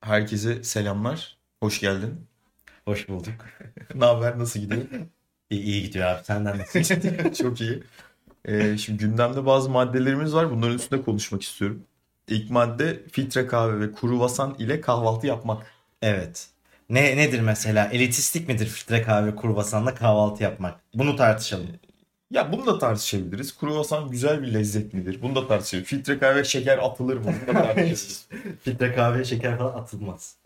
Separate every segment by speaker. Speaker 1: Herkese selamlar. Hoş geldin.
Speaker 2: Hoş bulduk.
Speaker 1: ne haber? Nasıl gidiyor?
Speaker 2: İyi, iyi gidiyor abi. Senden nasıl?
Speaker 1: Çok iyi. Ee, şimdi gündemde bazı maddelerimiz var. Bunların üstünde konuşmak istiyorum. İlk madde filtre kahve ve kuru vasan ile kahvaltı yapmak.
Speaker 2: evet. Ne nedir mesela? Elitistik midir filtre kahve kurbasanla kahvaltı yapmak? Bunu tartışalım.
Speaker 1: Ya bunu da tartışabiliriz. Kuru vasan güzel bir lezzet midir? Bunu da tartışabiliriz. Filtre kahve şeker atılır mı? Bunu da tartışabiliriz.
Speaker 2: filtre kahve şeker falan atılmaz.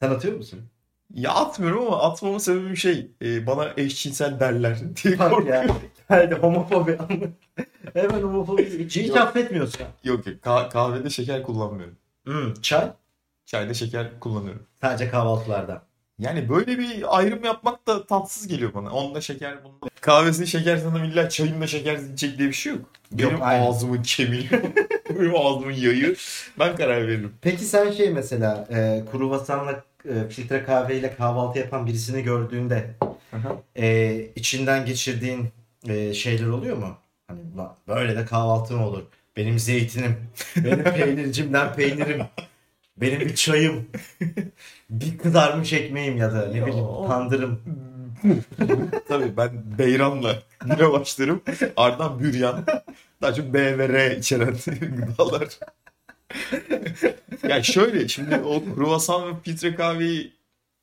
Speaker 2: Sen atıyor musun?
Speaker 1: ya atmıyorum ama atmamın sebebi şey. e, bana eşcinsel derler diye korkuyorum.
Speaker 2: ya. Yani homofobi. Hemen homofobi. Hiç, hiç
Speaker 1: Yok.
Speaker 2: affetmiyorsun.
Speaker 1: Yok yok. Kah- kahvede şeker kullanmıyorum.
Speaker 2: Hmm, çay
Speaker 1: Çayda şeker kullanıyorum.
Speaker 2: sadece kahvaltılarda.
Speaker 1: Yani böyle bir ayrım yapmak da tatsız geliyor bana. Onda şeker, bunda kahvesini şeker sanırım illa çayında şeker içecek diye bir şey yok. Benim
Speaker 2: Yok, aynen.
Speaker 1: ağzımın kemiği, benim ağzımın yayı. Ben karar veririm.
Speaker 2: Peki sen şey mesela e, kuru vasanla e, filtre kahveyle kahvaltı yapan birisini gördüğünde
Speaker 1: Aha.
Speaker 2: e, içinden geçirdiğin e, şeyler oluyor mu? Hani "Ulan böyle de kahvaltı mı olur? Benim zeytinim, benim peynircimden peynirim, benim bir çayım, bir kızarmış ekmeğim ya da ne
Speaker 1: Ya.
Speaker 2: bileyim tandırım.
Speaker 1: Tabii ben beyranla bire başlarım. Ardından büryan. Daha çok B ve R içeren gıdalar. yani şöyle şimdi o kruvasan ve filtre kahveyi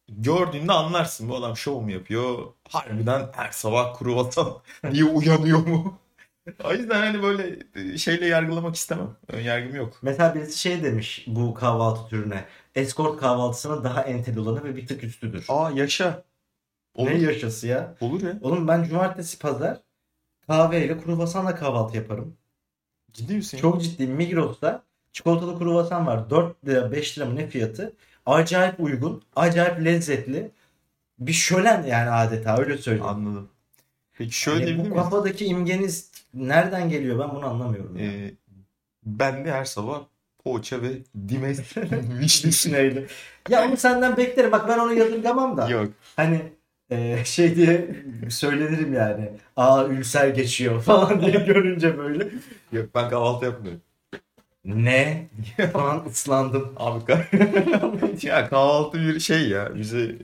Speaker 1: gördüğünde anlarsın bu adam şov mu yapıyor? Harbiden her sabah kruvasan diye uyanıyor mu? o yüzden hani böyle şeyle yargılamak istemem. Ön yargım yok.
Speaker 2: Mesela birisi şey demiş bu kahvaltı türüne. Eskort kahvaltısına daha entel olanı ve bir tık üstüdür.
Speaker 1: Aa yaşa. Olur,
Speaker 2: Ne yaşası ya?
Speaker 1: olur ya.
Speaker 2: Oğlum ben cumartesi pazar kahveyle kruvasanla kahvaltı yaparım.
Speaker 1: Ciddi misin?
Speaker 2: Çok ciddi Migros'ta çikolatalı kruvasan var. 4 lira 5 lira mı ne fiyatı? Acayip uygun, acayip lezzetli. Bir şölen yani adeta öyle söyleyeyim.
Speaker 1: Anladım. Peki şöyle
Speaker 2: Yani
Speaker 1: diyebilir
Speaker 2: Hani bu
Speaker 1: miyiz?
Speaker 2: kafadaki imgeniz nereden geliyor ben bunu anlamıyorum. yani.
Speaker 1: Ee, ben de her sabah poğaça ve dimes vişnesi.
Speaker 2: Düşüneyle. ya onu senden beklerim. Bak ben onu yadırgamam da.
Speaker 1: Yok.
Speaker 2: Hani e, şey diye söylenirim yani. Aa ülser geçiyor falan diye görünce böyle.
Speaker 1: Yok ben kahvaltı yapmıyorum.
Speaker 2: Ne? falan ıslandım.
Speaker 1: Abi kah- ya kahvaltı bir şey ya. Bize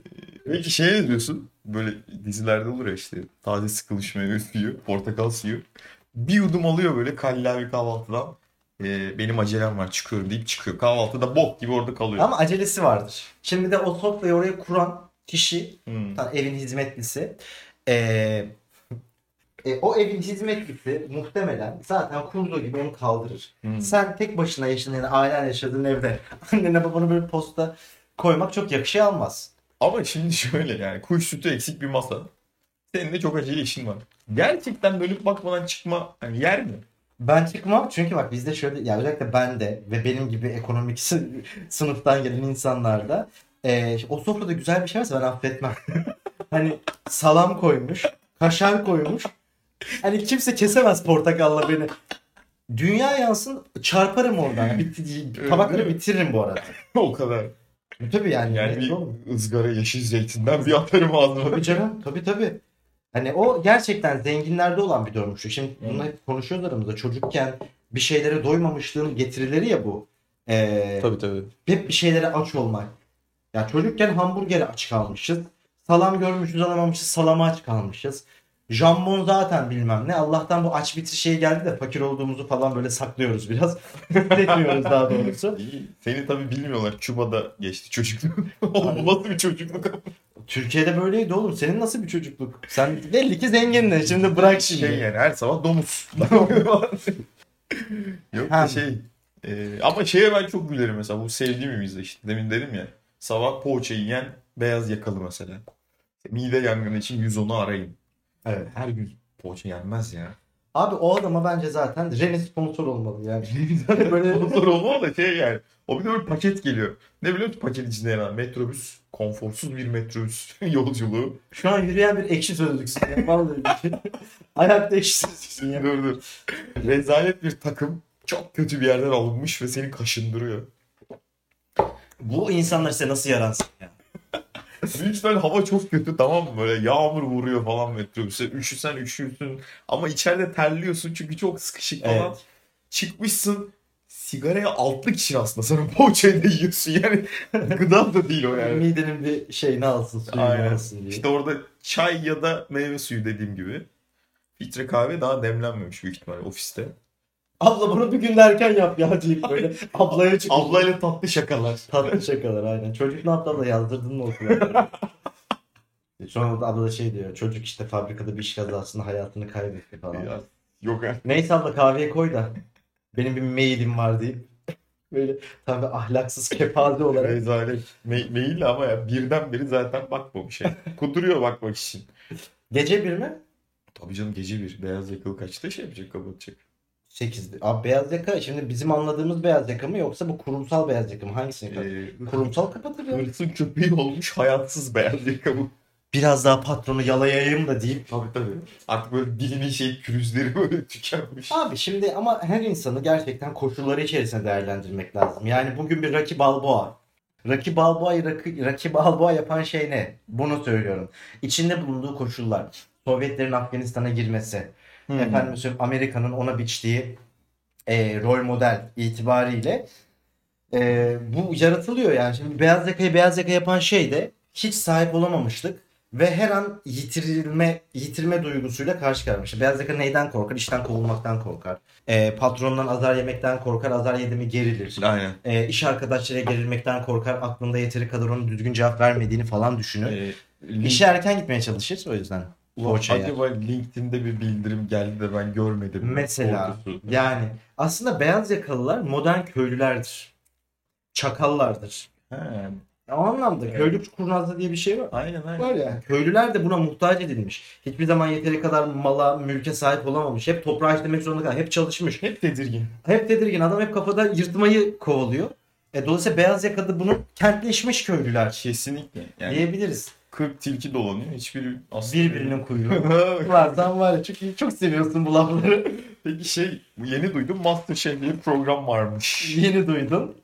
Speaker 1: peki şey ne diyorsun? Böyle dizilerde olur ya işte taze sıkılmış meyve suyu, portakal suyu. Bir yudum alıyor böyle kallavi kahvaltıdan. Ee, benim acelem var çıkıyorum deyip çıkıyor. Kahvaltıda bok gibi orada kalıyor.
Speaker 2: Ama acelesi vardır. Şimdi de o sofrayı oraya kuran kişi,
Speaker 1: Hmm.
Speaker 2: yani evin hizmetlisi, eee, e, o evin hizmetlisi muhtemelen zaten kurduğu gibi onu kaldırır.
Speaker 1: Hmm.
Speaker 2: Sen tek başına yaşadığın, yani ailen yaşadığın evde annene babana böyle posta koymak çok yakışıyor almaz.
Speaker 1: Ama şimdi şöyle yani kuş sütü eksik bir masa. Senin de çok acele işin var. Gerçekten dönüp bakmadan çıkma hani yer mi?
Speaker 2: Ben çıkmam çünkü bak bizde şöyle ya özellikle ben de ve benim gibi ekonomik sı- sınıftan gelen insanlarda e, o sofrada güzel bir şey varsa ben affetmem. hani salam koymuş, kaşar koymuş. Hani kimse kesemez portakalla beni. Dünya yansın çarparım oradan. Bit-
Speaker 1: Ee,
Speaker 2: Tabakları bitiririm bu arada.
Speaker 1: o kadar.
Speaker 2: Tabii yani.
Speaker 1: Yani
Speaker 2: ne- oğlum.
Speaker 1: bir ızgara yeşil zeytinden bir atarım ağzıma.
Speaker 2: Tabii canım tabii tabii. Hani o gerçekten zenginlerde olan bir durmuştu. Şimdi bunu hep konuşuyoruz aramızda. Çocukken bir şeylere doymamışlığın getirileri ya bu. Ee,
Speaker 1: tabii tabii.
Speaker 2: hep bir şeylere aç olmak. Ya çocukken hamburgere aç kalmışız. Salam görmüşüz alamamışız. Salama aç kalmışız. Jambon zaten bilmem ne. Allah'tan bu aç bitir şey geldi de fakir olduğumuzu falan böyle saklıyoruz biraz. Reddetmiyoruz daha doğrusu.
Speaker 1: İyi. Seni tabii bilmiyorlar. Çuba'da geçti çocukluk. Olmadı bir çocukluk ama.
Speaker 2: Türkiye'de böyleydi oğlum. Senin nasıl bir çocukluk? Sen belli ki zengindin. Şimdi bırak şimdi.
Speaker 1: Şey yani her sabah domuz. Yok da
Speaker 2: Hem.
Speaker 1: şey. e, ama şeye ben çok gülerim mesela. Bu sevdiğim bir izle işte. Demin dedim ya. Sabah poğaça yiyen beyaz yakalı mesela. Mide yangını için 110'u arayın.
Speaker 2: Evet.
Speaker 1: Her gün poğaça yenmez ya.
Speaker 2: Abi o adama bence zaten Rene sponsor olmalı yani.
Speaker 1: Zaten
Speaker 2: Böyle-
Speaker 1: sponsor olma da şey yani. O bir de böyle paket geliyor. Ne biliyor musun paket içinde yer alan? Metrobüs. Konforsuz bir metrobüs yolculuğu.
Speaker 2: Şu an yürüyen bir ekşi sözlüksün ya. Vallahi şey. Ayakta ekşi sözlüksün ya.
Speaker 1: dur dur. Rezalet bir takım çok kötü bir yerden alınmış ve seni kaşındırıyor.
Speaker 2: Bu insanlar size nasıl yaransın ya?
Speaker 1: Lütfen hava çok kötü tamam mı? Böyle yağmur vuruyor falan metrobüse. Üşüsen üşürsün ama içeride terliyorsun çünkü çok sıkışık falan.
Speaker 2: Evet.
Speaker 1: Çıkmışsın sigaraya altlık için aslında. Sonra poğaçayı da yiyorsun yani. Gıda da değil o yani.
Speaker 2: Midenin bir şeyini alsın, suyunu
Speaker 1: Aynen.
Speaker 2: alsın diye.
Speaker 1: İşte orada çay ya da meyve suyu dediğim gibi. Filtre kahve daha demlenmemiş büyük ihtimalle ofiste.
Speaker 2: Abla bunu bir gün erken yap ya deyip böyle ablaya çıkıp
Speaker 1: Ablayla tatlı şakalar.
Speaker 2: tatlı şakalar aynen. Çocuk ne yaptı abla yazdırdın mı okula? E, Sonra da abla da şey diyor çocuk işte fabrikada bir iş kazasında hayatını kaybetti falan.
Speaker 1: Ya, Yok yani.
Speaker 2: Neyse abla kahveye koy da benim bir mailim var deyip böyle tabi ahlaksız kepaze olarak
Speaker 1: Rezalet. Me- mail ama ya birdenbire zaten bakmamış. Yani. Kuduruyor bakmak için.
Speaker 2: gece bir mi?
Speaker 1: Tabii canım gece bir beyaz yakalı kaçta şey yapacak kapatacak.
Speaker 2: 8'di. Abi beyaz yaka şimdi bizim anladığımız beyaz yaka mı yoksa bu kurumsal beyaz yaka mı? Hangisini kapatır?
Speaker 1: Ee,
Speaker 2: Kurumsal kapatır ya.
Speaker 1: hırsın köpeği olmuş hayatsız beyaz yakalı.
Speaker 2: Biraz daha patronu yalayayım da deyip
Speaker 1: Tabii tabii. Artık böyle dilinin şey pürüzleri böyle tükenmiş.
Speaker 2: Abi şimdi ama her insanı gerçekten koşulları içerisinde değerlendirmek lazım. Yani bugün bir Rocky Balboa. Rocky Balboa'yı Rocky, Rocky Balboa yapan şey ne? Bunu söylüyorum. İçinde bulunduğu koşullar. Sovyetlerin Afganistan'a girmesi. Efendim söyleyeyim Amerika'nın ona biçtiği e, rol model itibariyle e, bu yaratılıyor yani. Şimdi beyaz yakayı beyaz yaka yapan şey de hiç sahip olamamıştık ve her an yitirilme yitirme duygusuyla karşı karşıya. Beyaz yaka neyden korkar? İşten kovulmaktan korkar. E, patrondan azar yemekten korkar. Azar yedi mi gerilir.
Speaker 1: Aynen.
Speaker 2: E, iş arkadaşlarıyla gerilmekten korkar. Aklında yeteri kadar onun düzgün cevap vermediğini falan düşünür.
Speaker 1: Ee,
Speaker 2: İşe erken gitmeye çalışır o yüzden.
Speaker 1: Ulan
Speaker 2: Poğaçaya.
Speaker 1: acaba LinkedIn'de bir bildirim geldi de ben görmedim. mi?
Speaker 2: Mesela
Speaker 1: Ordusu.
Speaker 2: yani aslında beyaz yakalılar modern köylülerdir. Çakallardır.
Speaker 1: He,
Speaker 2: O anlamda
Speaker 1: Evet.
Speaker 2: köylü kurnazlığı diye bir şey var.
Speaker 1: aynen aynen.
Speaker 2: Var ya. Köylüler de buna muhtaç edilmiş. Hiçbir zaman yeteri kadar mala, mülke sahip olamamış. Hep toprağı işlemek zorunda kalmış. Hep çalışmış.
Speaker 1: Hep tedirgin.
Speaker 2: Hep tedirgin. Adam hep kafada yırtmayı kovalıyor. E, dolayısıyla beyaz yakalı bunun kentleşmiş köylüler
Speaker 1: Kesinlikle. Yani
Speaker 2: diyebiliriz.
Speaker 1: 40 tilki dolanıyor. Hiçbiri aslında...
Speaker 2: Birbirinin kuyruğu. Vardan var ya. Çünkü çok seviyorsun bu lafları.
Speaker 1: Peki şey bu yeni duydum Masterchef diye bir program varmış.
Speaker 2: Yeni duydum.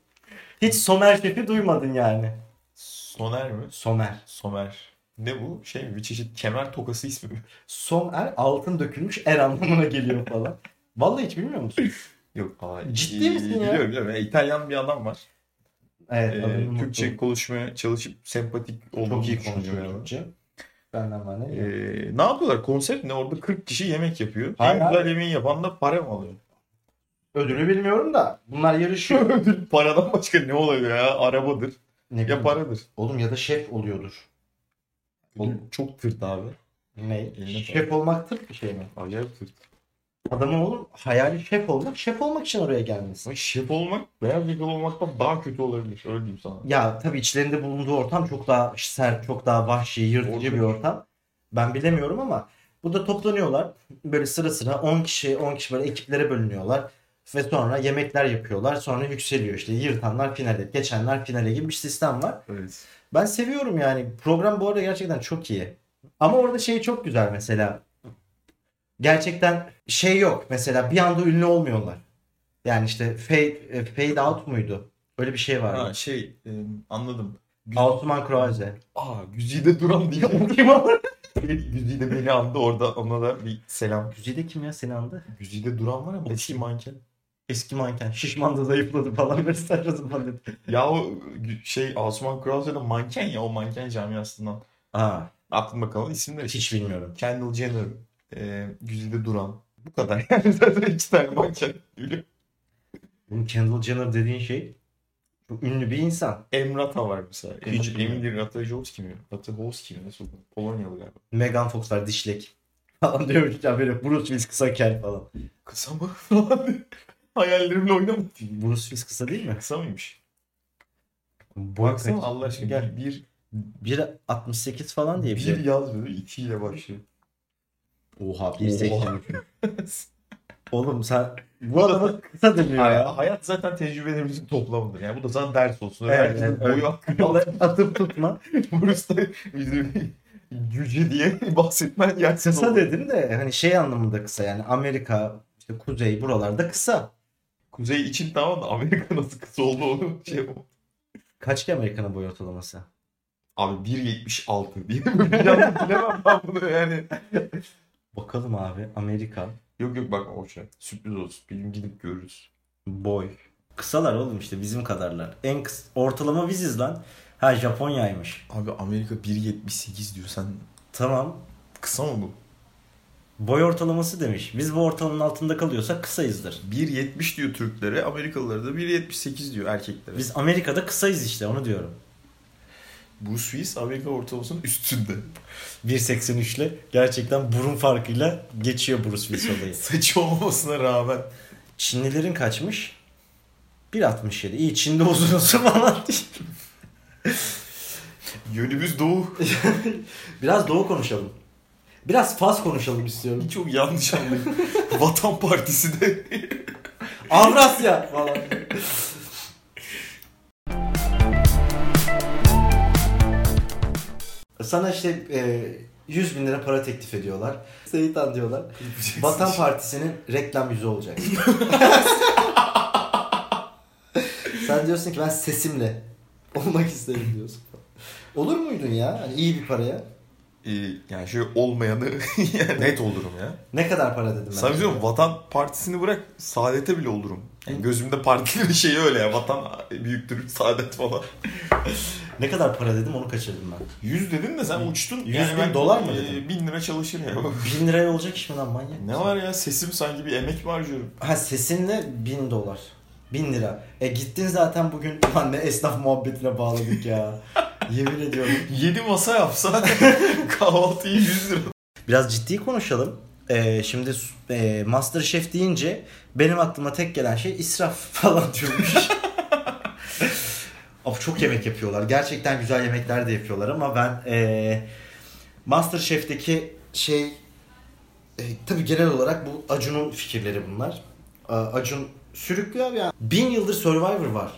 Speaker 2: Hiç Somer Şef'i duymadın yani.
Speaker 1: Soner mi?
Speaker 2: Somer.
Speaker 1: Somer. Ne bu? Şey mi? Bir çeşit kemer tokası ismi mi?
Speaker 2: Somer altın dökülmüş er anlamına geliyor falan. Vallahi hiç bilmiyor musun?
Speaker 1: Yok. Aa,
Speaker 2: Ciddi
Speaker 1: iyi-
Speaker 2: misin ya?
Speaker 1: Biliyorum biliyorum. Yani İtalyan bir adam var.
Speaker 2: Evet.
Speaker 1: Ee,
Speaker 2: adını unuttum.
Speaker 1: Türkçe konuşmaya çalışıp sempatik olduğunu
Speaker 2: çok iyi
Speaker 1: düşünüyor
Speaker 2: konuşuyor
Speaker 1: yani.
Speaker 2: Türkçe. Benden var ne?
Speaker 1: Ee, ne yapıyorlar? Konsept ne? Orada 40 kişi yemek yapıyor.
Speaker 2: Hayır,
Speaker 1: en güzel yemeği yapan da para mı alıyor?
Speaker 2: Ödülü bilmiyorum da bunlar yarışıyor.
Speaker 1: Paradan başka ne olabilir ya? Arabadır.
Speaker 2: ne
Speaker 1: Ya
Speaker 2: bileyim.
Speaker 1: paradır.
Speaker 2: Oğlum ya da şef oluyordur.
Speaker 1: Oğlum çok tırt abi.
Speaker 2: Ne?
Speaker 1: Eline
Speaker 2: Şef olmak tırt bir şey mi?
Speaker 1: Acayip tırt.
Speaker 2: Adamın oğlum hayali şef olmak. Şef olmak için oraya gelmesi.
Speaker 1: Ama şef olmak beyaz yakalı olmaktan daha kötü olabilir. Öyle diyeyim sana.
Speaker 2: Ya tabii içlerinde bulunduğu ortam çok daha sert, çok daha vahşi, yırtıcı
Speaker 1: Ortam.
Speaker 2: bir ortam. Ben bilemiyorum ama burada toplanıyorlar. Böyle sıra sıra 10 kişi, 10 kişi böyle ekiplere bölünüyorlar. Ve sonra yemekler yapıyorlar. Sonra yükseliyor işte yırtanlar finale, geçenler finale gibi bir sistem var.
Speaker 1: Evet.
Speaker 2: Ben seviyorum yani. Program bu arada gerçekten çok iyi. Ama orada şey çok güzel mesela. Gerçekten şey yok. Mesela bir anda ünlü olmuyorlar. Yani işte fade, e, fade out muydu? Öyle bir şey vardı.
Speaker 1: Ha şey e, anladım. Gü-
Speaker 2: Osman Kroaze.
Speaker 1: Aa güzide duran diye.
Speaker 2: Kim o?
Speaker 1: güzide beni andı orada ona da bir selam.
Speaker 2: Güzide kim ya seni andı?
Speaker 1: Güzide duran var ama eski manken.
Speaker 2: Eski manken. Şişman da zayıfladı falan. Böyle saçma sapan dedi.
Speaker 1: Ya o gü- şey Asuman Krause da manken ya o manken camiasından.
Speaker 2: Aa,
Speaker 1: Aklıma kalan isimler işte.
Speaker 2: hiç bilmiyorum.
Speaker 1: Kendall Jenner, e, Güzide Duran. Bu kadar yani zaten iki tane manken. Ünlü.
Speaker 2: Bunun Kendall Jenner dediğin şey çok ünlü bir insan.
Speaker 1: Emrata var mesela.
Speaker 2: Hiç
Speaker 1: Hiç Emily Ratajkowski kimi? Ratajkowski mi? Nasıl? bu? Polonyalı galiba.
Speaker 2: Megan Fox var dişlek. Falan diyormuş ya böyle Bruce Willis kısa kel falan.
Speaker 1: Kısa mı? Falan diye. Hayallerimle oynamadım.
Speaker 2: Bruce Willis kısa değil mi?
Speaker 1: Kısa mıymış?
Speaker 2: Boy
Speaker 1: Baksana
Speaker 2: kaç-
Speaker 1: Allah aşkına.
Speaker 2: Gel.
Speaker 1: Gel. Bir,
Speaker 2: 1.68 falan diye şey.
Speaker 1: bir
Speaker 2: biliyorum.
Speaker 1: yaz böyle ikiyle başlıyor.
Speaker 2: Oha
Speaker 1: Oha.
Speaker 2: 1.83. Oğlum sen bu adamı kısa demiyor ya.
Speaker 1: Ya, hayat zaten tecrübelerimizin toplamıdır. Yani bu da zaten ders olsun.
Speaker 2: Evet,
Speaker 1: Herkesin
Speaker 2: evet,
Speaker 1: boyu
Speaker 2: evet.
Speaker 1: hakkında
Speaker 2: Atıp tutma.
Speaker 1: Burası da bizim cüce diye bahsetmen yersen
Speaker 2: Kısa
Speaker 1: olur.
Speaker 2: dedim de hani şey anlamında kısa yani Amerika işte kuzey buralarda kısa.
Speaker 1: Kuzey için tamam da Amerika nasıl kısa oldu onu şey yapamam.
Speaker 2: Kaç ki Amerika'nın boy ortalaması?
Speaker 1: Abi 1.76 diye bilemem, bilemem ben bunu yani.
Speaker 2: Bakalım abi Amerika
Speaker 1: Yok yok bak o şey sürpriz olsun. Bir gün gidip görürüz.
Speaker 2: boy Kısalar oğlum işte bizim kadarlar. En kıs ortalama biziz lan. Ha Japonya'ymış.
Speaker 1: Abi Amerika 1.78 diyor sen
Speaker 2: Tamam.
Speaker 1: kısa mı bu?
Speaker 2: Boy ortalaması demiş. Biz bu ortalamanın altında kalıyorsak kısayızdır.
Speaker 1: 1.70 diyor Türklere, Amerikalılara da 1.78 diyor erkeklere.
Speaker 2: Biz Amerika'da kısayız işte onu diyorum.
Speaker 1: Bruce Willis Amerika ortalamasının üstünde.
Speaker 2: 1.83 ile gerçekten burun farkıyla geçiyor Bruce Willis olayı.
Speaker 1: Saçı olmasına rağmen.
Speaker 2: Çinlilerin kaçmış? 1.67. İyi Çin'de uzun uzun falan değil.
Speaker 1: Yönümüz doğu.
Speaker 2: Biraz doğu konuşalım. Biraz Fas konuşalım istiyorum.
Speaker 1: Çok yanlış anlayın. Vatan Partisi de.
Speaker 2: Avrasya falan.
Speaker 3: Sana işte e, 100 bin lira para teklif ediyorlar. Seyitan diyorlar. Vatan Partisi'nin reklam yüzü olacak. Sen diyorsun ki ben sesimle olmak isterim diyorsun. Olur muydun ya? Hani iyi bir paraya.
Speaker 1: Ee, yani şöyle olmayanı yani net olurum ya.
Speaker 3: Ne kadar para dedim ben.
Speaker 1: Sana bir şey diyorum, Vatan Partisi'ni bırak saadete bile olurum. Yani gözümde partili bir şey öyle ya. Vatan büyüktür, saadet falan.
Speaker 2: ne kadar para dedim onu kaçırdım ben.
Speaker 1: 100 dedin de sen uçtun.
Speaker 2: Yüz bin
Speaker 1: ben,
Speaker 2: dolar mı
Speaker 1: e,
Speaker 2: dedin?
Speaker 1: 1000 lira çalışır ya.
Speaker 2: 1000 liraya olacak iş mi lan manyak?
Speaker 1: ne var ya sesim sanki bir emek mi harcıyorum?
Speaker 3: Ha sesinle 1000 dolar. 1000 lira. E gittin zaten bugün. Ulan ne esnaf muhabbetine bağladık ya. Yemin ediyorum.
Speaker 1: 7 masa yapsa kahvaltıyı 100 lira.
Speaker 2: Biraz ciddi konuşalım. Ee, şimdi e, Masterchef deyince benim aklıma tek gelen şey israf falan diyormuş. Abi çok yemek yapıyorlar. Gerçekten güzel yemekler de yapıyorlar ama ben e, Masterchef'teki şey e, tabii genel olarak bu Acun'un fikirleri bunlar. A- Acun sürüklüyor ya. Bin yıldır Survivor var.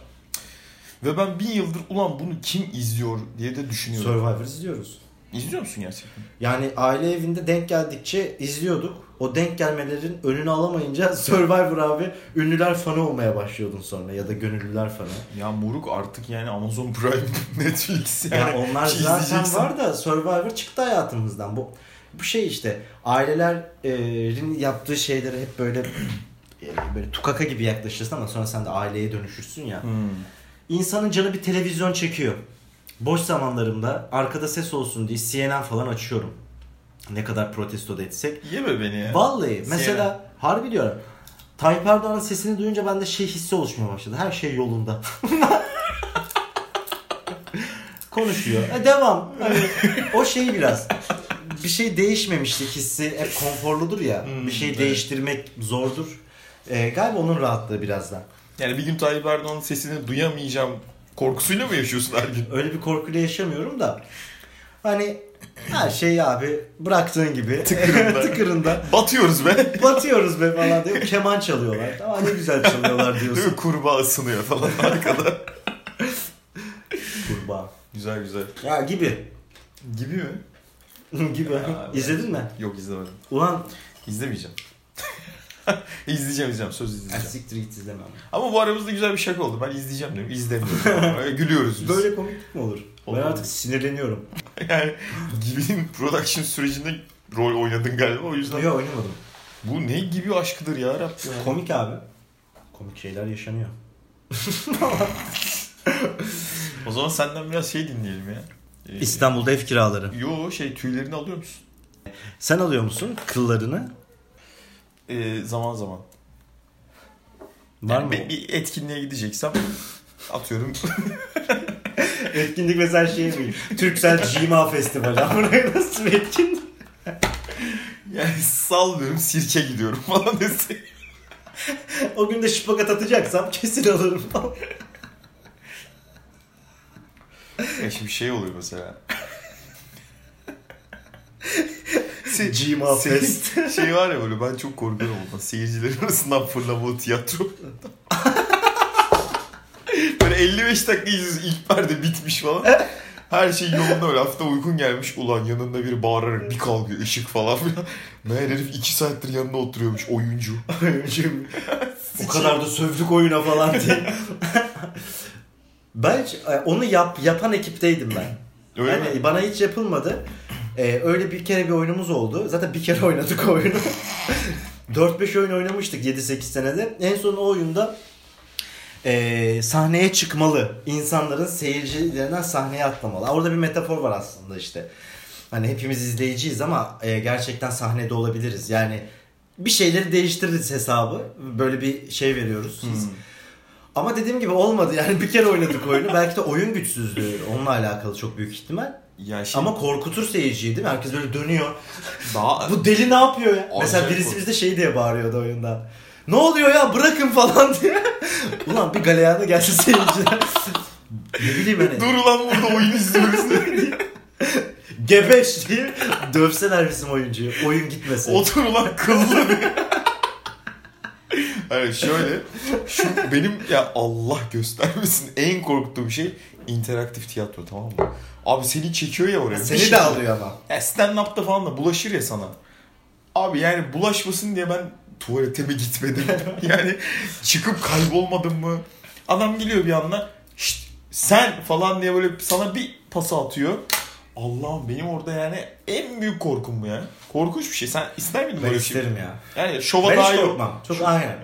Speaker 1: Ve ben bin yıldır ulan bunu kim izliyor diye de düşünüyorum.
Speaker 2: Survivor izliyoruz.
Speaker 1: İzliyor musun gerçekten?
Speaker 2: Yani aile evinde denk geldikçe izliyorduk. O denk gelmelerin önünü alamayınca Survivor abi ünlüler fanı olmaya başlıyordun sonra ya da gönüllüler fanı.
Speaker 1: Ya moruk artık yani Amazon Prime, Netflix yani.
Speaker 2: Yani onlar
Speaker 1: şey
Speaker 2: zaten
Speaker 1: izleyeceksin.
Speaker 2: var da Survivor çıktı hayatımızdan. Bu bu şey işte ailelerin yaptığı şeyleri hep böyle e, böyle tukaka gibi yaklaşırsın ama sonra sen de aileye dönüşürsün ya.
Speaker 1: Hmm.
Speaker 2: İnsanın canı bir televizyon çekiyor. Boş zamanlarımda arkada ses olsun diye CNN falan açıyorum. Ne kadar protesto da etsek.
Speaker 1: Yeme beni ya.
Speaker 2: Vallahi
Speaker 1: CNN.
Speaker 2: mesela harbi diyorum. Tayyip Erdoğan'ın sesini duyunca bende şey hissi oluşmaya başladı. Her şey yolunda. Konuşuyor. E, devam. Hani o şey biraz. Bir şey değişmemişlik hissi hep konforludur ya.
Speaker 1: Hmm,
Speaker 2: bir şey
Speaker 1: evet.
Speaker 2: değiştirmek zordur. E, galiba onun rahatlığı biraz da.
Speaker 1: Yani bir gün Tayyip Erdoğan'ın sesini duyamayacağım korkusuyla mı yaşıyorsun her gün?
Speaker 2: Öyle bir korkuyla yaşamıyorum da. Hani her şeyi abi bıraktığın gibi.
Speaker 1: Tıkırında.
Speaker 2: tıkırında.
Speaker 1: Batıyoruz be.
Speaker 2: Batıyoruz be falan diyor. Keman çalıyorlar. Aa ne güzel çalıyorlar
Speaker 1: Değil
Speaker 2: diyorsun.
Speaker 1: mi? Kurbağa ısınıyor falan arkada.
Speaker 2: Kurbağa.
Speaker 1: güzel güzel.
Speaker 2: Ya gibi.
Speaker 1: Gibi mi?
Speaker 2: gibi.
Speaker 1: Ya,
Speaker 2: İzledin mi?
Speaker 1: Yok izlemedim.
Speaker 2: Ulan
Speaker 1: İzlemeyeceğim. izleyeceğim izleyeceğim. Söz
Speaker 2: Ha,
Speaker 1: izleyeceğim.
Speaker 2: siktir git izlemem.
Speaker 1: Ama bu aramızda güzel bir şaka oldu. Ben izleyeceğim diyorum. İzlemiyorum. Gülüyoruz biz.
Speaker 2: Böyle komiklik mi olur?
Speaker 1: Olur.
Speaker 2: Ben artık sinirleniyorum.
Speaker 1: Yani Gibi'nin production sürecinde rol oynadın galiba o yüzden.
Speaker 2: Yok oynamadım.
Speaker 1: Bu ne gibi aşkıdır ya Rabbim.
Speaker 2: Komik abi. Komik şeyler yaşanıyor.
Speaker 1: O zaman senden biraz şey dinleyelim ya. Ee,
Speaker 2: İstanbul'da ev kiraları.
Speaker 1: Yo şey tüylerini alıyor musun?
Speaker 2: Sen alıyor musun kıllarını?
Speaker 1: Ee, zaman zaman.
Speaker 2: Var
Speaker 1: Yani
Speaker 2: mı?
Speaker 1: Bir, bir etkinliğe gideceksem atıyorum.
Speaker 2: Etkinlik mesela şey mi? Türksel Cima Festivali. Buraya nasıl bir etkinlik?
Speaker 1: yani sallıyorum sirke gidiyorum falan dese.
Speaker 2: O gün de şıpakat atacaksam kesin alırım falan.
Speaker 1: Ya şimdi şey oluyor mesela.
Speaker 2: Cima Fest.
Speaker 1: Şey, şey var ya böyle ben çok korkuyorum ondan. Seyirciler arasından fırlamalı tiyatro. böyle 55 dakika izliyoruz. İlk perde bitmiş falan. Her şey yolunda böyle hafta uykun gelmiş. Ulan yanında biri bağırarak bir kalkıyor ışık falan filan. Meğer herif 2 saattir yanında oturuyormuş oyuncu.
Speaker 2: Ölümcüğüm. o kadar da sövdük oyuna falan diye. ben hiç- e, onu yap, yapan ekipteydim ben.
Speaker 1: Öyle
Speaker 2: yani
Speaker 1: mi?
Speaker 2: bana hiç yapılmadı. E, öyle bir kere bir oyunumuz oldu. Zaten bir kere oynadık o oyunu. 4-5 oyun oynamıştık 7-8 senede. En son o oyunda e, sahneye çıkmalı. İnsanların seyircilerinden sahneye atlamalı. Orada bir metafor var aslında işte. Hani hepimiz izleyiciyiz ama e, gerçekten sahnede olabiliriz. Yani bir şeyleri değiştiririz hesabı. Böyle bir şey veriyoruz biz.
Speaker 1: Hmm.
Speaker 2: Ama dediğim gibi olmadı. Yani bir kere oynadık oyunu. Belki de oyun güçsüzlüğü onunla alakalı çok büyük ihtimal.
Speaker 1: Ya şimdi
Speaker 2: Ama korkutur seyirciyi değil mi? Herkes böyle dönüyor.
Speaker 1: daha
Speaker 2: Bu deli ne yapıyor ya? Mesela birisi
Speaker 1: korkunç.
Speaker 2: bizde şey diye bağırıyordu oyunda. Ne oluyor ya bırakın falan diye. Ulan bir galeyana gelsin seyirciler. ne bileyim hani.
Speaker 1: Dur ulan burada oyun izliyoruz.
Speaker 2: Gebeş diye dövseler bizim oyuncuyu. Oyun gitmesin.
Speaker 1: Otur ulan kıllı. Hayır şöyle. Şu benim ya Allah göstermesin en korktuğum şey interaktif tiyatro tamam mı? Abi seni çekiyor ya oraya. Bir
Speaker 2: Seni
Speaker 1: şey-
Speaker 2: de alıyor ama.
Speaker 1: Ya stand up'ta falan da bulaşır ya sana. Abi yani bulaşmasın diye ben tuvalete mi gitmedim? yani çıkıp kaybolmadım mı? Adam geliyor bir anda. "Şşt, sen falan diye böyle sana bir pas atıyor. Allah'ım benim orada yani en büyük korkum bu ya. Korkunç bir şey. Sen ister miydin
Speaker 2: Ben
Speaker 1: böyle bir şey?
Speaker 2: isterim ya.
Speaker 1: Yani şova
Speaker 2: Ben
Speaker 1: daha
Speaker 2: hiç
Speaker 1: iyi.
Speaker 2: korkmam. Çok aynen.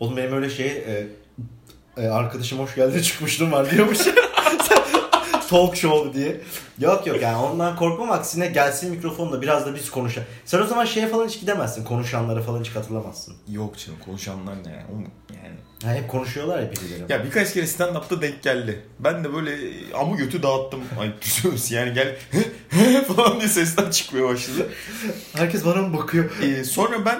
Speaker 2: Oğlum benim öyle şey e, e, arkadaşım hoş geldin çıkmıştım var diyormuş. Talk show diye. Yok yok yani ondan korkmam aksine gelsin mikrofonla biraz da biz konuşalım. Sen o zaman şeye falan hiç gidemezsin. Konuşanlara falan hiç katılamazsın.
Speaker 1: Yok canım konuşanlar ne ya? Oğlum, Yani.
Speaker 2: Ha, hep konuşuyorlar ya birileri.
Speaker 1: Ya birkaç kere stand up'ta denk geldi. Ben de böyle amı götü dağıttım. Ay düşünüyorsun yani gel falan diye sesler çıkmaya başladı.
Speaker 2: Herkes bana mı bakıyor?
Speaker 1: Ee, sonra ben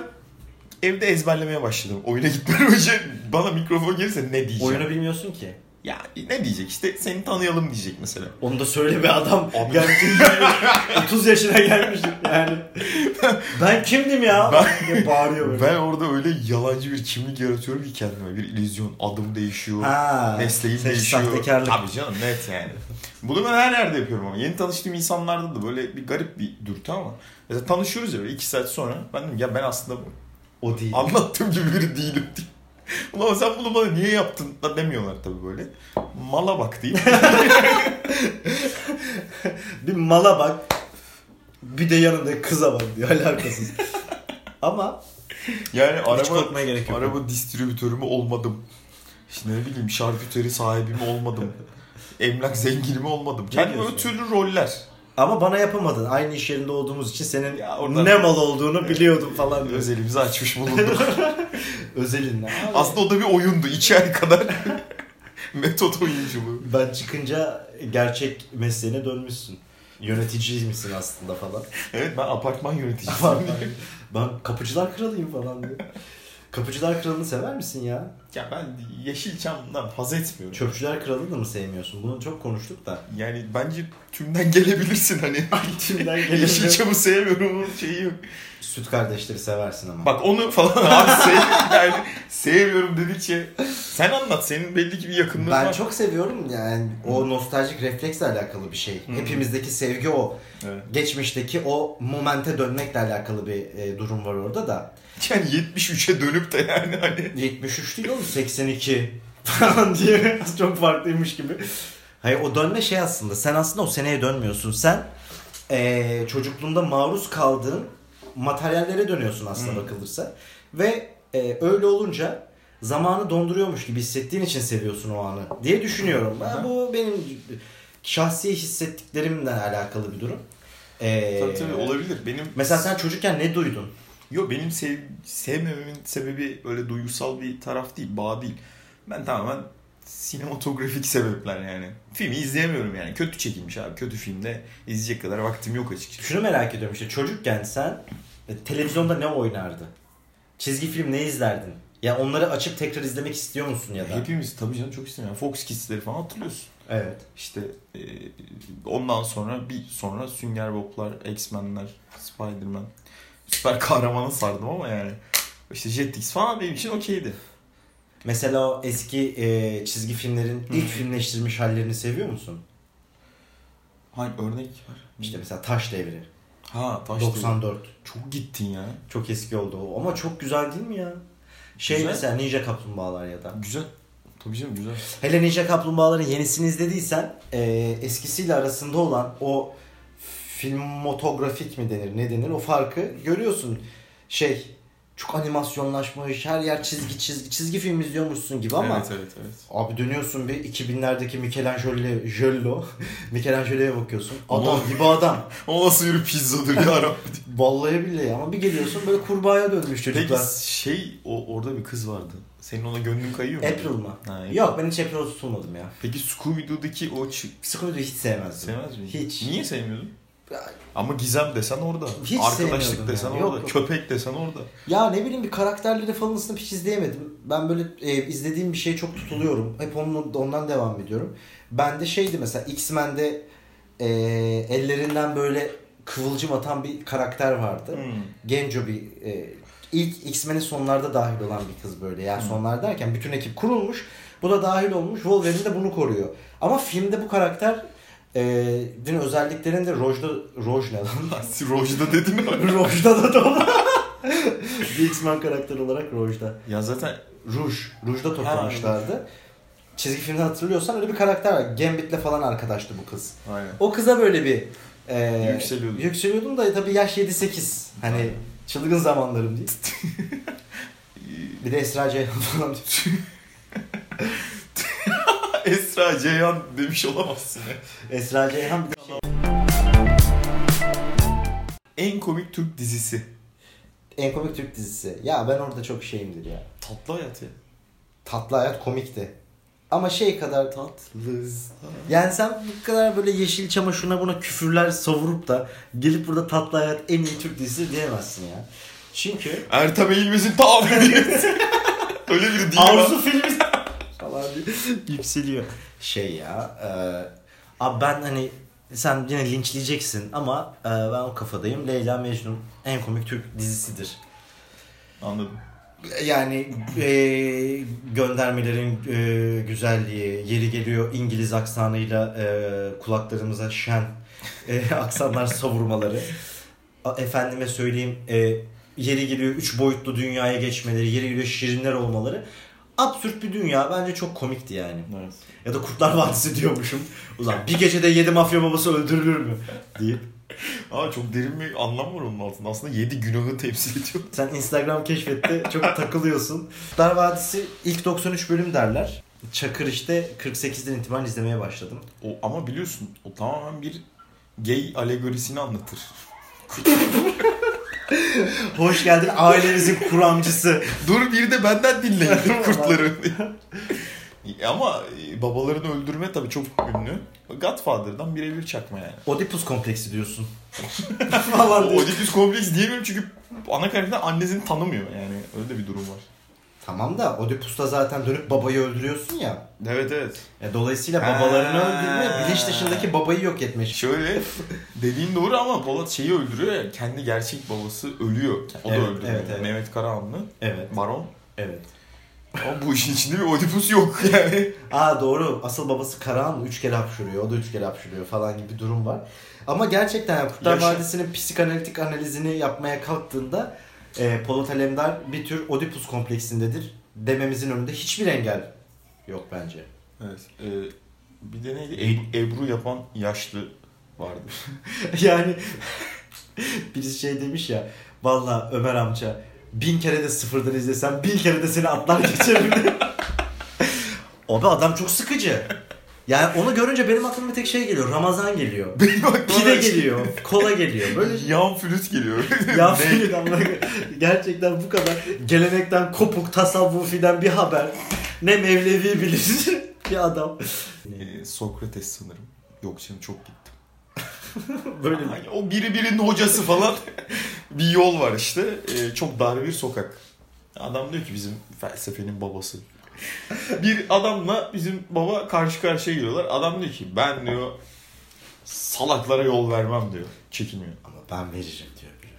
Speaker 1: evde ezberlemeye başladım. Oyuna gitmeden önce bana mikrofon gelirse ne diyeceğim?
Speaker 2: Oyunu bilmiyorsun ki.
Speaker 1: Ya ne diyecek işte seni tanıyalım diyecek mesela.
Speaker 2: Onu da söyle be adam.
Speaker 1: Abi-
Speaker 2: Yani 30 yaşına gelmiş yani. Ben kimdim ya? diye bağırıyor böyle.
Speaker 1: Ben orada öyle yalancı bir kimlik yaratıyorum ki kendime. Bir illüzyon, adım değişiyor.
Speaker 2: Ha,
Speaker 1: Mesleğim
Speaker 2: sen
Speaker 1: değişiyor.
Speaker 2: sahtekarlık.
Speaker 1: Tabii canım net yani. Bunu ben her yerde yapıyorum ama. Yeni tanıştığım insanlarda da böyle bir garip bir dürtü ama. Mesela tanışıyoruz ya böyle iki saat sonra. Ben dedim ya ben aslında bu-
Speaker 2: O değil.
Speaker 1: anlattığım gibi biri değilim diye. Ulan sen bunu bana niye yaptın da demiyorlar tabii böyle. Mala bak deyip.
Speaker 2: Bir mala bak. Bir de yanındaki kıza bak diyor alakasız. Ama
Speaker 1: Yani
Speaker 2: hiç
Speaker 1: araba,
Speaker 2: korkmaya gerek yok.
Speaker 1: araba distribütörü mü olmadım. İşte ne bileyim şarküteri sahibi mi olmadım. Emlak zengini mi olmadım. Kendime
Speaker 2: diyorsun?
Speaker 1: öyle türlü roller.
Speaker 2: Ama bana yapamadın. Aynı iş yerinde olduğumuz için senin
Speaker 1: Ya oradan-
Speaker 2: ne mal olduğunu biliyordum falan diyor.
Speaker 1: Özelimizi açmış bulunduk.
Speaker 2: Özelinle.
Speaker 1: Aslında o da bir oyundu. İki ay kadar metot oyunculuğu.
Speaker 2: ben çıkınca gerçek mesleğine dönmüşsün. Yönetici misin aslında falan.
Speaker 1: Evet ben apartman yöneticisiyim.
Speaker 2: Falan. ben kapıcılar kralıyım falan diyor. Kapıcılar kralını sever misin ya?
Speaker 1: ya ben Yeşilçam'dan haz etmiyorum.
Speaker 2: Çöpçüler kralını da mı sevmiyorsun? Bunu çok konuştuk da.
Speaker 1: Yani bence tümden gelebilirsin hani.
Speaker 2: Kimden geliyor?
Speaker 1: Yeşilçam'ı sevmiyorum onun şeyi yok.
Speaker 2: Süt kardeşleri seversin ama.
Speaker 1: Bak onu falan abi sev, yani sevmiyorum dedikçe sen anlat senin belli ki bir yakınlığın
Speaker 2: Ben
Speaker 1: var.
Speaker 2: çok seviyorum yani o nostaljik refleksle alakalı bir şey. Hepimizdeki sevgi o.
Speaker 1: Evet.
Speaker 2: Geçmişteki o momente dönmekle alakalı bir e, durum var orada da.
Speaker 1: Yani 73'e dönüp de yani hani
Speaker 2: 73 değil oğlum 82 falan diye çok farklıymış gibi. Hayır o dönme şey aslında sen aslında o seneye dönmüyorsun. Sen e, çocukluğunda maruz kaldığın materyallere dönüyorsun aslında bakılırsa. Ve e, öyle olunca zamanı donduruyormuş gibi hissettiğin için seviyorsun o anı diye düşünüyorum. Ben,
Speaker 1: Aha.
Speaker 2: bu benim şahsi hissettiklerimle alakalı bir durum. E,
Speaker 1: tabii tabii olabilir. Benim
Speaker 2: Mesela sen çocukken ne duydun?
Speaker 1: Yo benim sev, sevmememin sebebi öyle duygusal bir taraf değil, bağ değil. Ben tamamen sinematografik sebepler yani. Filmi izleyemiyorum yani. Kötü çekilmiş abi. Kötü filmde izleyecek kadar vaktim yok açıkçası.
Speaker 2: Şunu merak ediyorum işte çocukken sen e, televizyonda ne oynardı? Çizgi film ne izlerdin? Ya onları açıp tekrar izlemek istiyor musun ya da?
Speaker 1: Hepimiz tabii canım çok istedim. Yani Fox Kids'leri falan hatırlıyorsun.
Speaker 2: Evet.
Speaker 1: İşte e, ondan sonra bir sonra Sünger Bob'lar, X-Men'ler, Spider-Man. Süper kahramana sardım ama yani. İşte Jetix falan benim için okeydi.
Speaker 2: Mesela o eski e, çizgi filmlerin ilk filmleştirilmiş hallerini seviyor musun?
Speaker 1: Hangi örnek var?
Speaker 2: İşte mesela Taş Devri,
Speaker 1: Ha taş
Speaker 2: 94.
Speaker 1: Çok gittin ya.
Speaker 2: Çok eski oldu o ama çok güzel değil mi ya? Şey
Speaker 1: Güzel.
Speaker 2: mesela Ninja Kaplumbağalar ya da.
Speaker 1: Güzel. Tabii canım güzel.
Speaker 2: Hele Ninja Kaplumbağaların yenisini izlediysen e, eskisiyle arasında olan o filmotografik mi denir ne denir o farkı görüyorsun. Şey Çok animasyonlaşmış. Her yer çizgi çizgi. Çizgi film izliyormuşsun gibi ama
Speaker 4: Evet evet evet.
Speaker 2: Abi dönüyorsun bir 2000'lerdeki Michelangelo Jello Michelangelo'ya bakıyorsun. Adam gibi adam.
Speaker 4: O nasıl bir pizzadır ya Rabbi.
Speaker 2: Vallahi billahi ama bir geliyorsun böyle kurbağaya dönmüş
Speaker 1: Peki
Speaker 2: çocuklar.
Speaker 1: şey o orada bir kız vardı. Senin ona gönlün kayıyor mu?
Speaker 2: April mı?
Speaker 1: Ha, April.
Speaker 2: Yok ben hiç April'a tutulmadım ya.
Speaker 1: Peki Scooby-Doo'daki o çık
Speaker 2: Scooby-Doo hiç sevmezdim.
Speaker 1: sevmez miydin?
Speaker 2: Hiç.
Speaker 1: Niye sevmiyordun?
Speaker 2: Ya-
Speaker 1: Ama gizem desen orada.
Speaker 2: Hiç sevmiyordum
Speaker 1: Arkadaşlık desen
Speaker 2: yani.
Speaker 1: orada.
Speaker 2: Yok, yok.
Speaker 1: Köpek desen orada.
Speaker 2: Ya ne bileyim bir karakterleri falan ısınıp hiç izleyemedim. Ben böyle e, izlediğim bir şeye çok tutuluyorum. Hep onun, ondan devam ediyorum. Ben de şeydi mesela X-Men'de e, ellerinden böyle kıvılcım atan bir karakter vardı.
Speaker 1: Hmm.
Speaker 2: Genco bir e, ilk X-Men'in sonlarda dahil olan bir kız böyle. Yani sonlar derken bütün ekip kurulmuş. Bu da dahil olmuş. Wolverine de bunu koruyor. Ama filmde bu karakter e, din özelliklerini de Roj'da Roj ne lan?
Speaker 1: Rojda dedin mi?
Speaker 2: Roj'da da doğru. bir X-Men karakteri olarak Roj'da.
Speaker 1: ya zaten
Speaker 2: Ruj. Ruj'da toplamışlardı. Çizgi filmden hatırlıyorsan öyle bir karakter var. Gambit'le falan arkadaştı bu kız.
Speaker 1: aynen.
Speaker 2: O kıza böyle bir e,
Speaker 1: Yükseliyordun.
Speaker 2: yükseliyordum da tabii yaş 7-8. Hani
Speaker 1: Aynen.
Speaker 2: çılgın zamanlarım değil. bir de Esra Ceyhan falan.
Speaker 1: Esra Ceyhan demiş olamazsın. ya.
Speaker 2: Esra Ceyhan bir de şey,
Speaker 1: en komik Türk dizisi.
Speaker 2: en komik Türk dizisi. Ya ben orada çok şeyimdir ya.
Speaker 1: Tatlı hayat ya.
Speaker 2: Tatlı hayat komikti. Ama şey kadar
Speaker 1: Tatlı.
Speaker 2: Yani sen bu kadar böyle Yeşilçam'a şuna buna küfürler savurup da gelip burada tatlı hayat en iyi Türk dizisi diyemezsin ya. Çünkü
Speaker 1: Ertem Eğilmez'in tabi diye. Öyle bir değil
Speaker 2: Arzu filmi falan diye yükseliyor. Şey ya. E, abi ben hani sen yine linçleyeceksin ama e, ben o kafadayım. Leyla Mecnun en komik Türk dizisidir.
Speaker 1: Anladım.
Speaker 2: Yani e, göndermelerin e, güzelliği, yeri geliyor İngiliz aksanıyla e, kulaklarımıza şen e, aksanlar savurmaları. A- Efendime söyleyeyim e, yeri geliyor üç boyutlu dünyaya geçmeleri, yeri geliyor şirinler olmaları. Absürt bir dünya bence çok komikti yani.
Speaker 1: Evet.
Speaker 2: Ya da Kurtlar Vadisi diyormuşum. Ulan bir gecede yedi mafya babası öldürülür mü? deyip.
Speaker 1: Aa çok derin bir anlam var onun altında. Aslında 7 günahı temsil ediyor.
Speaker 2: Sen Instagram keşfette çok takılıyorsun. Kurtlar Vadisi ilk 93 bölüm derler. Çakır işte 48'den itibaren izlemeye başladım.
Speaker 1: O, ama biliyorsun o tamamen bir gay alegorisini anlatır.
Speaker 2: Hoş geldin ailemizin kuramcısı.
Speaker 1: Dur bir de benden dinleyin kurtları. ama e, babalarını öldürme tabii çok ünlü. Godfather'dan birebir çakma yani.
Speaker 2: Oedipus kompleksi diyorsun. Falan diyor.
Speaker 1: Oedipus kompleks diyemiyorum çünkü ana karakter annesini tanımıyor yani. Öyle de bir durum var.
Speaker 2: Tamam da Oedipus'ta zaten dönüp babayı öldürüyorsun ya.
Speaker 1: Evet evet.
Speaker 2: E, dolayısıyla babalarını
Speaker 1: Ha.
Speaker 2: öldürme, bilinç dışındaki babayı yok etme. işi.
Speaker 1: Şöyle dediğin doğru ama Polat şeyi öldürüyor ya kendi gerçek babası ölüyor. O
Speaker 2: Evet,
Speaker 1: da öldürüyor.
Speaker 2: evet, evet.
Speaker 1: Mehmet Karahanlı.
Speaker 2: Evet,
Speaker 1: Baron.
Speaker 2: evet.
Speaker 1: Ama bu işin içinde bir Oedipus yok yani.
Speaker 2: Aa doğru. Asıl babası Karahanlı 3 kere hapşuruyor. O da 3 kere hapşuruyor falan gibi bir durum var. Ama gerçekten yani Kurtlar
Speaker 1: Yaşa.
Speaker 2: Vadisi'nin psikanalitik analizini yapmaya kalktığında e, Polat Alemdar bir tür Oedipus kompleksindedir dememizin önünde hiçbir engel yok bence.
Speaker 1: Evet. e, bir de neydi? Eb- Ebru yapan yaşlı vardı.
Speaker 2: yani birisi şey demiş ya valla Ömer amca bin kere de sıfırdan izlesem bin kere de seni atlar geçerim. Abi adam çok sıkıcı. Yani onu görünce benim aklıma tek şey geliyor. Ramazan geliyor.
Speaker 1: Benim aklıma
Speaker 2: Pide
Speaker 1: işte
Speaker 2: geliyor, kola geliyor. Böyle şey-
Speaker 1: Yan flüt geliyor.
Speaker 2: ya
Speaker 1: Ne?
Speaker 2: Filin amına koyayım. gerçekten bu kadar gelenekten kopuk tasavvufiden bir haber. Ne Mevlevi bilir bir adam.
Speaker 1: E, Sokrates sanırım. Yok canım çok gittim.
Speaker 2: Böyle
Speaker 1: Hani o biri birinin hocası falan bir yol var işte. E, çok dar bir sokak. Adam diyor ki bizim felsefenin babası. Bir adamla bizim baba karşı karşıya geliyorlar. Adam diyor ki ben diyor salaklara yol vermem diyor. Çekinmiyor.
Speaker 2: ama ben veririm diyor biri.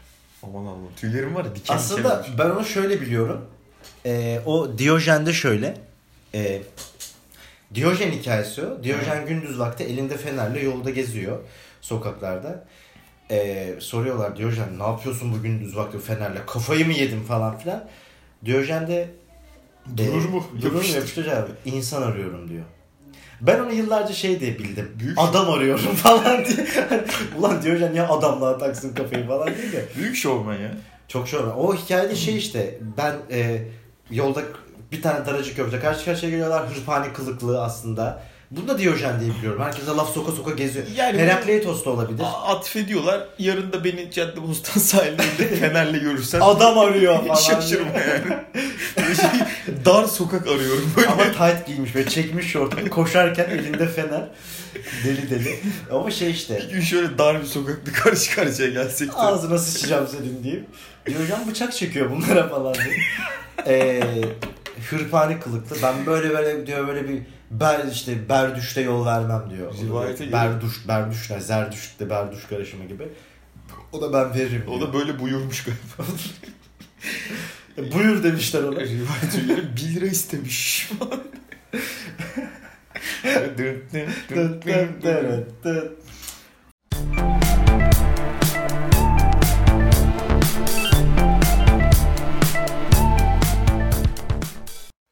Speaker 1: Aman Allah'ım tüylerim var ya diken diken
Speaker 2: Aslında
Speaker 1: olmuş.
Speaker 2: ben onu şöyle biliyorum. Ee, o Diyojen'de şöyle. Ee, Diyojen hikayesi o. Diyojen gündüz vakti elinde fenerle yolda geziyor sokaklarda. Ee, soruyorlar Diyojen ne yapıyorsun bu gündüz vakti fenerle kafayı mı yedin falan filan. Diyojen de "E,
Speaker 1: Durur mu?
Speaker 2: Durur mu
Speaker 1: Yapıştır.
Speaker 2: yapıştır abi. İnsan arıyorum diyor. Ben onu yıllarca şey diye bildim.
Speaker 1: Büyük
Speaker 2: adam arıyorum falan diye. Ulan Diyojen ya adamlığa taksın kafayı falan diye de.
Speaker 1: Büyük şovmen ya.
Speaker 2: Çok şöyle. O hikayede şey işte ben e, yolda bir tane daracık köprüde karşı karşıya geliyorlar. Hırpani kılıklı aslında. Bunu da Diyojen diye biliyorum. Herkese laf soka soka geziyor.
Speaker 1: Yani bu-
Speaker 2: Herakleitos da olabilir.
Speaker 1: A- Atfediyorlar. Yarın da beni Cadde Bostan sahilinde fenerle görürsen
Speaker 2: Adam arıyor falan.
Speaker 1: şaşırma yani. Dar sokak arıyorum böyle.
Speaker 2: Ama tight giymiş böyle çekmiş şortunu koşarken elinde fener. Deli deli. Ama şey işte
Speaker 1: Bir gün şöyle dar bir sokakta karşı karşıya gelsek de.
Speaker 2: ağzına sıçacağım senin diyeyim. Diyojen bıçak çekiyor bunlara falan diye. Ee, hırpani kılıklı. Ben böyle böyle diyor böyle bir ber işte berdüşte yol vermem diyor. O da
Speaker 1: Rivayete göre-
Speaker 2: berduş berduş ne zerdüş de berduş karışımı gibi. O da ben veririm.
Speaker 1: O
Speaker 2: diyor. E,
Speaker 1: da böyle buyurmuş galiba.
Speaker 2: buyur demişler ona.
Speaker 1: Rivayet üyeleri 1 lira istemiş. Dın dın dın dın dın.